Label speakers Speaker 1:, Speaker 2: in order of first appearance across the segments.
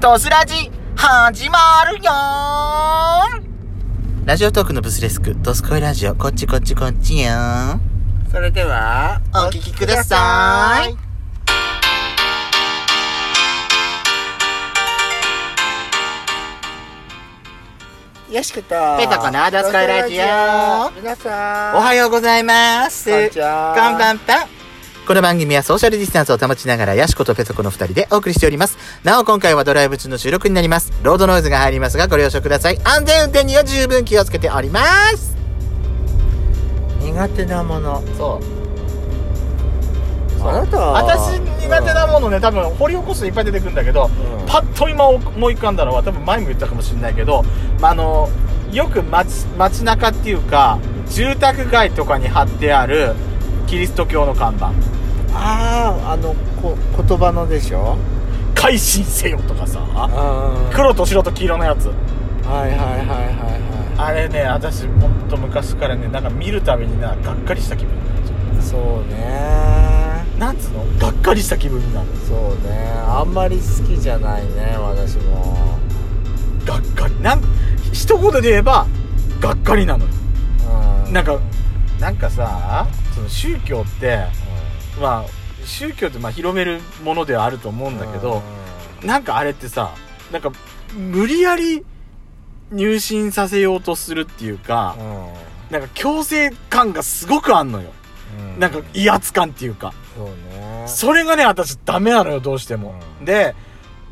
Speaker 1: ドスラジ、始まるよーラジオトークのブスレスク、ドスコイラジオ、こっちこっちこっちよー
Speaker 2: それでは、
Speaker 1: お聞きください。
Speaker 2: よしこと。
Speaker 1: ペタコのドスコイラジオ
Speaker 2: 皆さん。
Speaker 1: おはようございます。
Speaker 2: こんにちは
Speaker 1: こんばんぱん。この番組はソーシャルディスタンスを保ちながら、ヤシコとペソコの二人でお送りしております。なお今回はドライブ中の収録になります。ロードノイズが入りますが、ご了承ください。安全運転には十分気をつけております。苦手なもの。そう。
Speaker 2: あなた
Speaker 3: 私苦手なものね多分掘り起こすといっぱい出てくるんだけど、
Speaker 2: うん
Speaker 3: パッと今思い浮かんだのは多分前も言ったかもしれないけど、まあ、あのよく街街中っていうか住宅街とかに貼ってあるキリスト教の看板
Speaker 2: ああ、あの、こ、言葉のでしょ
Speaker 3: 「改心せよ」とかさ
Speaker 2: あ
Speaker 3: 黒と白と黄色のやつ
Speaker 2: あ。はいはいはいは
Speaker 3: あれね私ほんと昔からねなんか見るたびにながっかりした気分になる
Speaker 2: いはい。そうね。
Speaker 3: なんつうのがっかりした気分になる
Speaker 2: そうね。あんまり好きじゃないね、私も。
Speaker 3: がっかりなん一言で言えばがっかりなのよ
Speaker 2: うん。
Speaker 3: なん
Speaker 2: か、
Speaker 3: かなんかさその宗教ってまあ宗教ってまあ広めるものではあると思うんだけど、なんかあれってさなんか無理やり入信させようとするっていうか
Speaker 2: う、ん。
Speaker 3: なんか強制感がすごくあんのよ、
Speaker 2: うん
Speaker 3: なんか威圧感っていうか
Speaker 2: そうね
Speaker 3: それがね私ダメなのよどうしても、
Speaker 2: う
Speaker 3: で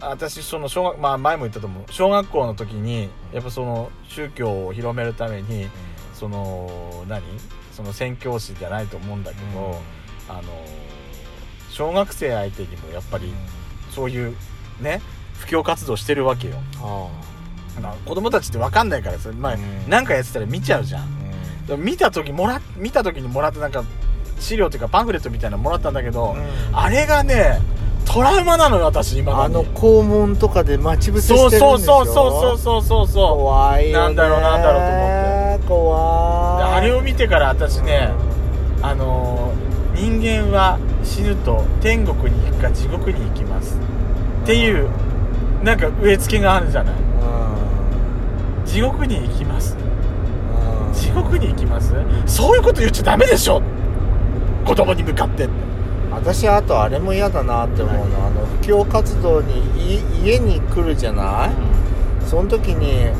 Speaker 3: 私その小学まあ前も言ったと思う小学校の時にやっぱその宗教を広めるためにその何その宣教師じゃないと思うんだけど、あの小学生相手にもやっぱりそういうね布教活動してるわけよ
Speaker 2: あ
Speaker 3: あの子供たちって分かんないからそれ、まあ
Speaker 2: うん
Speaker 3: なんかやってたら見ちゃうじゃんでも見た時もら見た時にもらってなんか資料っていうかパンフレットみたいなのもらったんだけど、あれがねトラウマなのよ私今
Speaker 2: あの校門とかで待ち伏せしてる
Speaker 3: そ
Speaker 2: ん
Speaker 3: う
Speaker 2: でし
Speaker 3: そ
Speaker 2: ょ
Speaker 3: うそうそう
Speaker 2: う
Speaker 3: そうそうそう
Speaker 2: 怖いよね
Speaker 3: なんだろうなんだろ
Speaker 2: うと思って
Speaker 3: で
Speaker 2: 怖い
Speaker 3: あれを見てから私ね、あのー人間は死ぬと天国に行くか地獄に行きますっていうなんか植え付けがあるじゃない
Speaker 2: うん
Speaker 3: 地獄に行きます
Speaker 2: うん
Speaker 3: 地獄に行きますそういうこと言っちゃダメでしょ子供に向かって
Speaker 2: 私あとあれも嫌だなって思うのあの布教活動にい家に来るじゃないその時に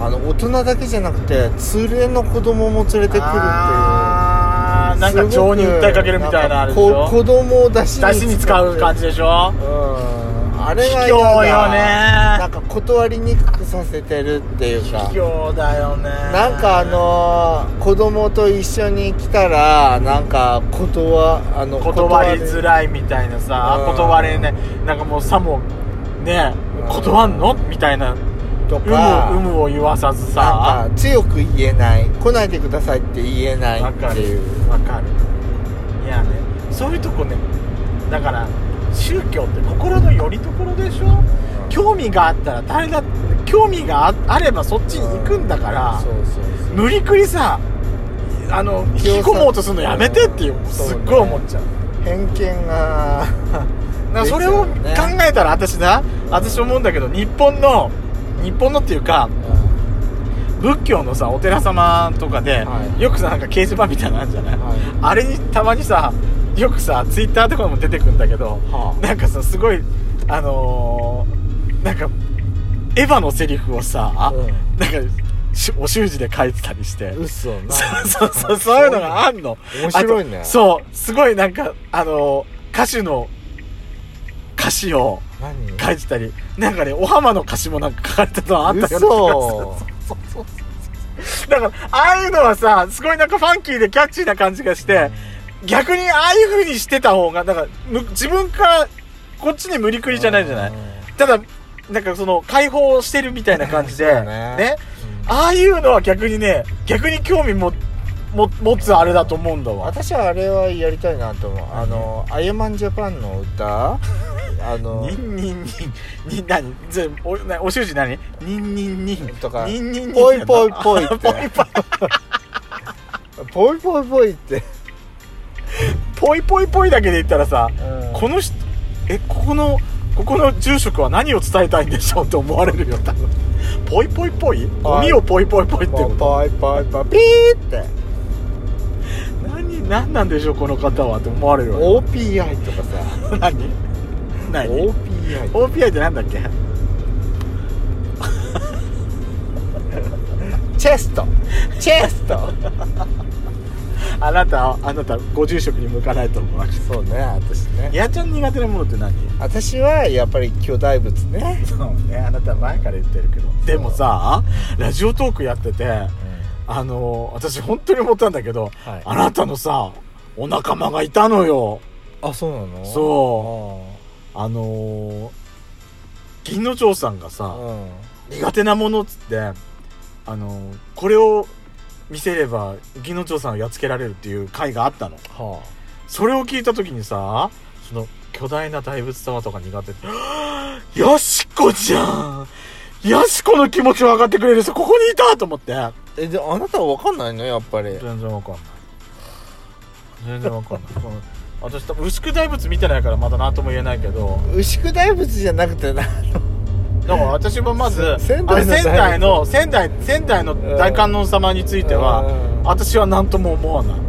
Speaker 2: あの大人だけじゃなくて連れの子供も連れてくるっていう
Speaker 3: あーなんか情に訴えかけるみたいなあれ
Speaker 2: る
Speaker 3: でしょ
Speaker 2: 子供を出し
Speaker 3: 出しに使う感
Speaker 2: じ
Speaker 3: じでし
Speaker 2: う
Speaker 3: ょ
Speaker 2: んあれが
Speaker 3: 卑怯
Speaker 2: 嫌だ
Speaker 3: よね
Speaker 2: なんか断りにくくさせてるっていうか
Speaker 3: 卑怯だよね
Speaker 2: なんかあのー子供と一緒に来たらなんか断あの
Speaker 3: 断りづ
Speaker 2: ら
Speaker 3: らいみたいなさ
Speaker 2: うん
Speaker 3: 断れないなんかもうさもね
Speaker 2: うん
Speaker 3: 断んのみたいな
Speaker 2: と
Speaker 3: 有無有
Speaker 2: か
Speaker 3: 無を言わさず
Speaker 2: な
Speaker 3: さ
Speaker 2: んか強く言えない来ないでくださいって言えない
Speaker 3: わ
Speaker 2: っ
Speaker 3: か
Speaker 2: て
Speaker 3: る
Speaker 2: いう
Speaker 3: わかるいやねそういうとこねだから宗教って心の拠り所でしょ興味があったら誰だって興味がああればそっちに行くんだから
Speaker 2: そうそうそう
Speaker 3: 無理くりさあの引き込もうとするのやめてっていう
Speaker 2: うん
Speaker 3: すっごい思っちゃう
Speaker 2: 偏見 が
Speaker 3: だからそれを考
Speaker 2: ですよね
Speaker 3: えたら私な私思うんだけど日本の日本のっていうか
Speaker 2: うん
Speaker 3: 仏教のさお寺様とかで、
Speaker 2: はい
Speaker 3: よくさなんか掲示板みたいなのあるじゃない、
Speaker 2: はい
Speaker 3: あれにたまにさよくさツイッターとかでも出てくんだけど
Speaker 2: はあ
Speaker 3: なんかさすごいあのーなんかエヴァのセリフをさ、
Speaker 2: う
Speaker 3: なんかしお習字で書いてたりして
Speaker 2: 嘘な
Speaker 3: そうそうそう、そういうのがあんの。
Speaker 2: 面白いね
Speaker 3: あとそう、すごいなんか、あの、歌手の歌詞を
Speaker 2: 何
Speaker 3: 書いてたり、なんかね、お浜の歌詞もなんか書かれてたのあったような気がする。
Speaker 2: 嘘
Speaker 3: そうそうそうだから、ああいうのはさ、すごいなんかファンキーでキャッチーな感じがして、逆にああいう風にしてた方が、なんか、む自分からこっちに無理くりじゃないじゃないただ、なんかその、解放してるみたいな感じ
Speaker 2: そう
Speaker 3: で、
Speaker 2: だね
Speaker 3: ね
Speaker 2: うん
Speaker 3: ああいうのは逆にね、逆に興味も、も、持つあれだと思うんだわ。
Speaker 2: 私はあれはやりたいなと思うあの「アイアンマンジャパン」の歌あの
Speaker 3: にんにんにん、にん、なに、ず、お、な、お習字なににんにんにん
Speaker 2: とか
Speaker 3: にんにんにん。
Speaker 2: ぽいぽいぽいって
Speaker 3: ぽいぽい。
Speaker 2: ぽいぽいぽいって
Speaker 3: ぽいぽいぽいだけで言ったらさ、
Speaker 2: うん
Speaker 3: この人、え、ここの、ここの住職は何を伝えたいんでしょうって思われるよ多 分ポイポイポイゴミをポイポイポイって
Speaker 2: もうパイパイパイピーって
Speaker 3: 何何なんでしょうこの方はって思われるわ
Speaker 2: OPI とかさ
Speaker 3: 何何
Speaker 2: OPI
Speaker 3: OPI ってなんだっけ
Speaker 2: チェストチェスト
Speaker 3: あなたあなたご住職に向かないと思う
Speaker 2: そうね私ね
Speaker 3: やっちゃん苦手なものって何
Speaker 2: 私はやっぱり巨大物ね、
Speaker 3: そうねあなた前から言ってるけどでもさラジオトークやっててあの私本当に思ったんだけど、
Speaker 2: はい
Speaker 3: あなたのさお仲間がいたのよ
Speaker 2: あそうなの
Speaker 3: そあのー銀の城さんが
Speaker 2: う
Speaker 3: さ、
Speaker 2: うん
Speaker 3: 苦手なものっつってあのーこれを見せれば銀の城さんをやっつけられるっていう回があったの
Speaker 2: は
Speaker 3: それを聞いた時にさその巨大な大仏様とか苦手って 「よしこじゃんよしこの気持ちを上がってくれる人ここにいた!」と思って
Speaker 2: あえであなたは分かんないのやっぱり
Speaker 3: 全然わかんない全然わかんないこの私多分牛久大仏見てないからまだ何とも言えないけど
Speaker 2: 牛久大仏じゃなくてな
Speaker 3: だから私はまず
Speaker 2: 仙
Speaker 3: あれ
Speaker 2: 台の
Speaker 3: 仙台の仙台仙台の大観音様については
Speaker 2: うん
Speaker 3: 私は何とも思わない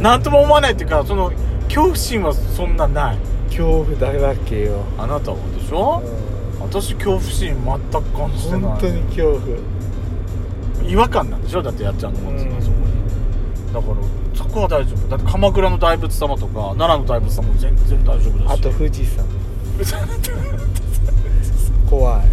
Speaker 3: 何とも思わないっていうかその恐怖心はそんなない
Speaker 2: 恐怖だらけよ、
Speaker 3: あなたはでしょ、私恐怖心全く感じてない
Speaker 2: 本当に恐怖
Speaker 3: 違和感なんでしょだってやっちゃんのもつ
Speaker 2: うん
Speaker 3: そこにだからそこは大丈夫だって鎌倉の大仏様とか奈良の大仏様も全然大丈夫だし
Speaker 2: あと富士山怖い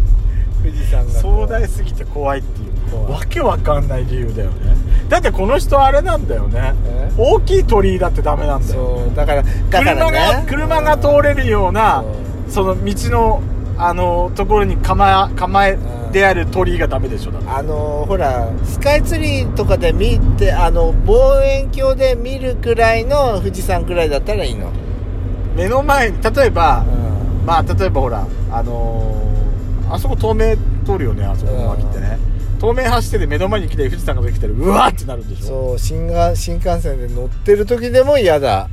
Speaker 2: 富士山が
Speaker 3: 壮
Speaker 2: 怖い
Speaker 3: 大すぎて怖いっていう
Speaker 2: 怖い
Speaker 3: わけわかんない理由だよねだってこの人あれなんだよね
Speaker 2: え
Speaker 3: 大きい鳥居だってダメなんだよ
Speaker 2: そうだからだから、
Speaker 3: 車が
Speaker 2: ね、
Speaker 3: 車が通れるような
Speaker 2: う
Speaker 3: その道のあのところに構え構え
Speaker 2: うん
Speaker 3: である鳥居がダメでしょだって
Speaker 2: あのーほらスカイツリーとかで見てあの望遠鏡で見るくらいの富士山くらいだったらいいの、
Speaker 3: 目の前に例えば
Speaker 2: うん
Speaker 3: まあ例えばほらあのーあそこ透明通るよねあそこの脇ってね透明走ってて目の前に来て富士山が出てきたらうわーってなるんでしょ
Speaker 2: そう新が新幹線で乗ってる時でも嫌だ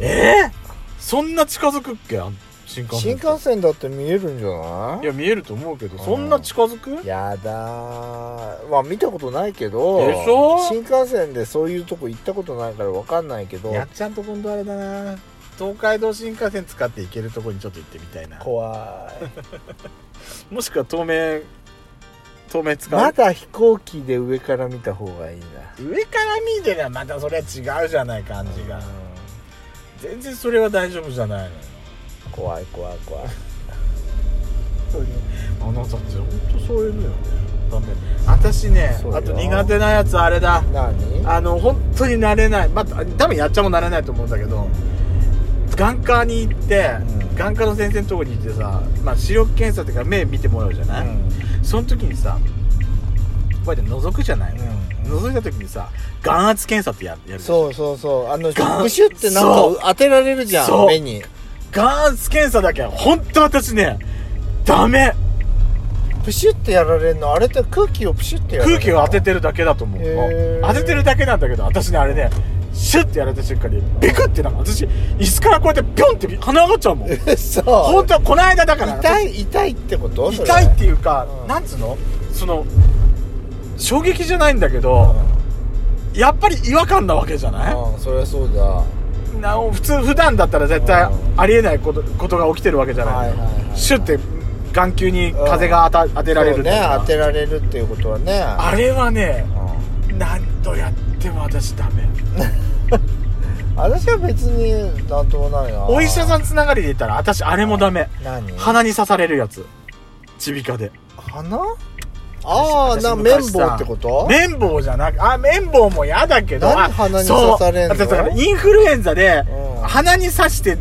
Speaker 3: えー、そんな近づくっけあの新幹
Speaker 2: 新
Speaker 3: 線
Speaker 2: 幹線だって見えるんじゃない
Speaker 3: いや見えると思うけど
Speaker 2: ん
Speaker 3: そんな近づく
Speaker 2: やだーまあ見たことないけど
Speaker 3: でしょ
Speaker 2: 新幹線でそういうとこ行ったことないから分かんないけど
Speaker 3: やっちゃんと今度あれだな東海道新幹線使って行けるとこにちょっと行ってみたいな
Speaker 2: 怖い
Speaker 3: もしくは透明透明使う、
Speaker 2: まだ飛行機で上から見た方がいいな
Speaker 3: 上から見てりゃまたそれは違うじゃない感じが、全然それは大丈夫じゃないのよ
Speaker 2: 怖い怖い怖い
Speaker 3: あなたって本当そういうのよねダメ私ね
Speaker 2: そうよ
Speaker 3: あと苦手なやつあれだ
Speaker 2: 何
Speaker 3: あの本当に慣れないまあ多分やっちゃんも慣れないと思うんだけど眼科に行って、
Speaker 2: うん
Speaker 3: 眼科の先生のとこに行ってさ、まあ、視力検査っていうか目見てもらうじゃない、その時にさこうやって覗くじゃない、
Speaker 2: うん
Speaker 3: 覗いた時にさ眼圧検査ってややるう
Speaker 2: そうそうそうあの
Speaker 3: ガン
Speaker 2: ブシュってなん
Speaker 3: そう
Speaker 2: か当てられるじゃ
Speaker 3: そうん
Speaker 2: 目に
Speaker 3: 眼圧検査だけは本当私ねダメ
Speaker 2: プシュってやられるのあれって空気をプシュってやられ
Speaker 3: 空
Speaker 2: る
Speaker 3: 気を当ててるだけだと思う
Speaker 2: へー
Speaker 3: 当ててるだけなんだけど私ねあれねシュッてやられた瞬間にビクってなんか私椅子からこうやってピョンって鼻上がっちゃうもん
Speaker 2: て そう
Speaker 3: 本当はこの間だから
Speaker 2: 痛い痛いってこと
Speaker 3: 私痛いっていうか、
Speaker 2: うん
Speaker 3: なんつうのその衝撃じゃないんだけど、やっぱり違和感なわけじゃない、
Speaker 2: うんそりゃそうだは
Speaker 3: なお普通普段だったら絶対
Speaker 2: うん
Speaker 3: ありえないことことが起きてるわけじゃ
Speaker 2: い
Speaker 3: ない、
Speaker 2: はいはい
Speaker 3: シュッて眼球に風が当た当てられる
Speaker 2: そう
Speaker 3: っていう
Speaker 2: ね
Speaker 3: か
Speaker 2: 当てられるっていうことはね
Speaker 3: あれはね
Speaker 2: うん
Speaker 3: 何度やっても私ダメ
Speaker 2: 私は別になんともないな
Speaker 3: お医者さんつながりで言ったら私あれもダメ
Speaker 2: 何
Speaker 3: 鼻に刺されるやつ耳鼻科で
Speaker 2: 鼻ああ
Speaker 3: 私
Speaker 2: な
Speaker 3: 昔
Speaker 2: 綿
Speaker 3: さ
Speaker 2: 棒ってこと
Speaker 3: 綿棒じゃなくあ綿棒も嫌だけど
Speaker 2: なんで
Speaker 3: あ
Speaker 2: 鼻に
Speaker 3: そう
Speaker 2: 刺されんの
Speaker 3: だからインフルエンザで
Speaker 2: うん
Speaker 3: 鼻に刺して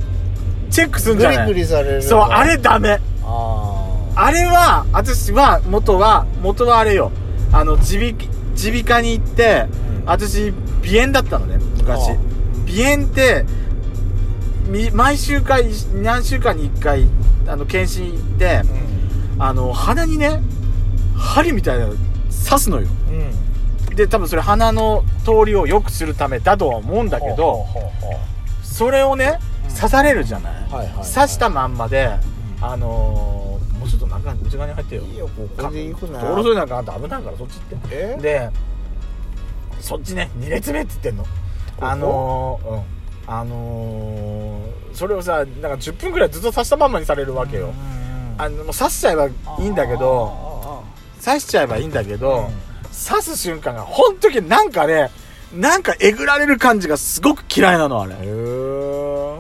Speaker 3: チェックするんじ
Speaker 2: グ
Speaker 3: ゃ
Speaker 2: リ
Speaker 3: ない
Speaker 2: グリされる
Speaker 3: そうあれダメ
Speaker 2: あ
Speaker 3: あれは私は元は元はあれよあの耳鼻耳鼻科に行って、
Speaker 2: うん
Speaker 3: 私鼻炎だったのね昔
Speaker 2: ああ
Speaker 3: 鼻炎ってみ毎週かい何週間に1回あの検診行って
Speaker 2: あう
Speaker 3: あの鼻にね針みたいなの刺すのよ
Speaker 2: んうん
Speaker 3: で多分それ鼻の通りを良くするためだとは思うんだけど
Speaker 2: ほうほうほう
Speaker 3: それをね、刺されるじゃない、
Speaker 2: はいはいはい
Speaker 3: 刺したまんまで、
Speaker 2: うん
Speaker 3: あのーもうちょっと中内側に入ってよ
Speaker 2: いいよここで行くな
Speaker 3: 道路沿いなんかあんた危ないからそっち行って
Speaker 2: え
Speaker 3: でそっちね2列目っつってんの
Speaker 2: こ
Speaker 3: あのーうんあのーそれをさなんか10分ぐらいずっと刺したまんまにされるわけよ、あのもう刺しちゃえばいいんだけど刺しちゃえばいいんだけど、刺す瞬間が本当になんかねなんかえぐられる感じがすごく嫌いなのあれ
Speaker 2: へえ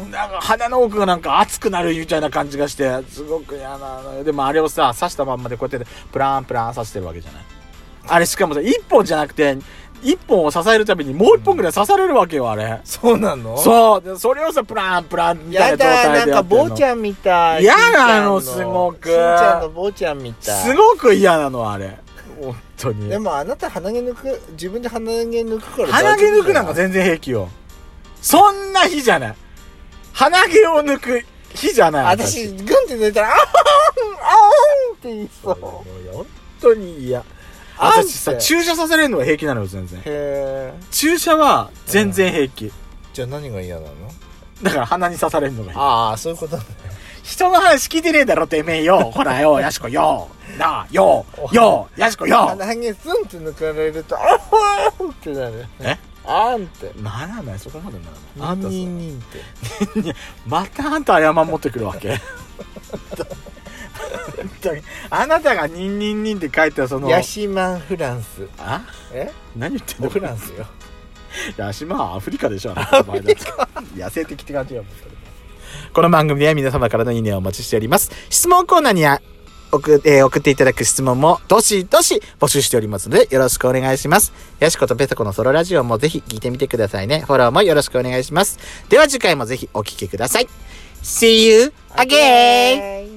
Speaker 3: なんか鼻の奥がなんか熱くなるみたいな感じがしてすごく嫌なのよでもあれをさ刺したまんまでこうやってプランプラン刺してるわけじゃないあれしかもさ1本じゃなくて1本を支えるためにもう1本ぐらい刺されるわけよあれ、
Speaker 2: そうなの
Speaker 3: そうでそれをさプランプランみたい
Speaker 2: や
Speaker 3: な状
Speaker 2: だな
Speaker 3: 態
Speaker 2: ん
Speaker 3: でや
Speaker 2: か
Speaker 3: ってんの
Speaker 2: 坊ちゃんみたい
Speaker 3: 嫌なの
Speaker 2: しんちゃん
Speaker 3: すごく
Speaker 2: しんちゃんの坊ちゃんみたい
Speaker 3: すごく嫌なのあれ本当に
Speaker 2: でもあなた鼻毛抜く自分で鼻毛抜くから
Speaker 3: 鼻毛抜くなんか
Speaker 2: 全
Speaker 3: 全然平気よそんな日じゃない鼻毛を抜く日じゃない
Speaker 2: 私グンって抜いたら「あおんあおん!」って言いそう
Speaker 3: もう本当に嫌私さ
Speaker 2: あんて
Speaker 3: 注射させれるのは平気なのよ全然
Speaker 2: へえ
Speaker 3: 注射は全然平気、
Speaker 2: じゃあ何が嫌なの
Speaker 3: だから鼻に刺されるのがいい
Speaker 2: ああそういうことね
Speaker 3: 人の話聞いてねえだろてめえよ ほらよやしこよなあよよやしこよ
Speaker 2: 鼻毛スンって抜かれると「あおん!」ってなる
Speaker 3: え
Speaker 2: あんって
Speaker 3: ならないそこまでならない
Speaker 2: あ
Speaker 3: あんたさ
Speaker 2: ニンニンって
Speaker 3: またあんた謝ん持ってくるわ け本当にあなたが「ニンニンニン」って書いたその
Speaker 2: ヤシマンフランス
Speaker 3: あ
Speaker 2: え
Speaker 3: 何言ってんの
Speaker 2: フランスよ
Speaker 3: ヤシマはアフリカでしょアフリカ野生的って感じやもんこの番組では皆様からのいいねをお待ちしております
Speaker 1: 質問コーナーにあ送,、えー送っていただく質問もどしどし募集しておりますのでよろしくお願いします。やしことペソコのソロラジオもぜひ聞いてみてくださいね。フォローもよろしくお願いします。では次回もぜひお聴きください。See you again!
Speaker 2: again.